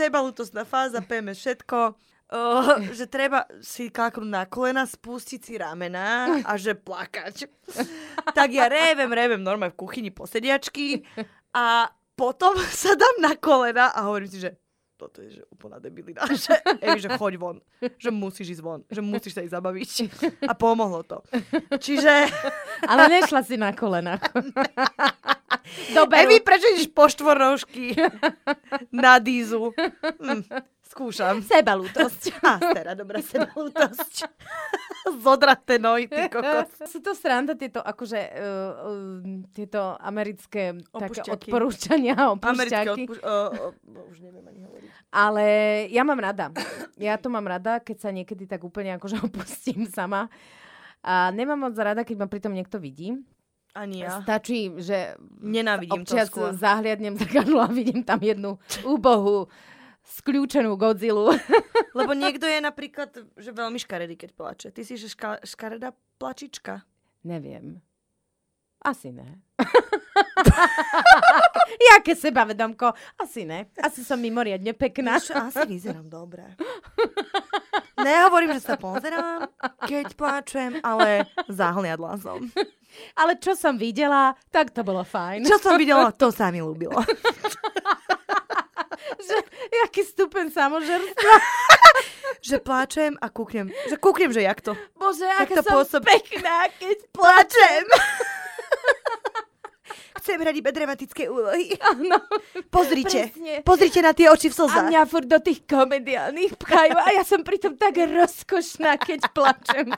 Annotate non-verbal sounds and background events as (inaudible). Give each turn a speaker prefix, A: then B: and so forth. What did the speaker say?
A: sebalutosná fáza, PM všetko, uh, že treba si klaknúť na kolena, spustiť si ramena a že plakať. tak ja revem, revem normálne v kuchyni posediačky a potom (laughs) sa dám na kolena a hovorím si, že toto je že úplná debilina. (laughs) Že, Evi, že choď von. Že musíš ísť von. Že musíš sa ísť zabaviť. A pomohlo to. Čiže...
B: Ale nešla si na kolena. Dobre.
A: Evi, prečo ideš po štvornožky na dízu? Hm, skúšam.
B: Seba lútosť.
A: (laughs) A teda dobrá sebalútosť. (laughs) Zodraté nohy, ty (laughs) kokos.
B: Eh, Sú to sranda tieto, akože, uh, uh, tieto americké také
A: Opušťaky.
B: odporúčania,
A: Americké
B: opúšťaky.
A: odpúš- uh, uh, už neviem ani hovoriť.
B: Ale ja mám rada. Ja to mám rada, keď sa niekedy tak úplne akože (laughs) opustím sama. A nemám moc rada, keď ma pritom niekto vidí.
A: Ani ja.
B: Stačí, že
A: Nenávidím to (laughs)
B: občas
A: skôr.
B: zahliadnem (laughs) zrkadlo a vidím tam jednu úbohú, skľúčenú Godzillu.
A: Lebo niekto je napríklad, že veľmi škaredý, keď plače. Ty si že ška- škaredá plačička.
B: Neviem. Asi ne. (laughs) Jaké sebavedomko? Asi ne. Asi som mimoriadne pekná.
A: Vieš čo, asi vyzerám dobre. (laughs) Nehovorím, že sa pozerám, keď plačem, ale zahliadla som.
B: Ale čo som videla, tak to bolo fajn.
A: Čo som videla, to sa mi ľúbilo.
B: (laughs) Že, jaký stupen samožerstva.
A: (laughs) Že pláčem a kúknem. Že kúknem, že jak to.
B: (laughs) Bože,
A: Tak
B: aká
A: to
B: som
A: pôsob-
B: pekná, keď... (laughs)
A: Pláčem! Chcem hrať iba dramatické úlohy.
B: Áno.
A: Pozrite.
B: Presne.
A: Pozrite na tie oči v
B: A
A: slzách.
B: mňa (laughs) furt do tých komediálnych pchajú a ja som pritom tak rozkošná, keď plačem.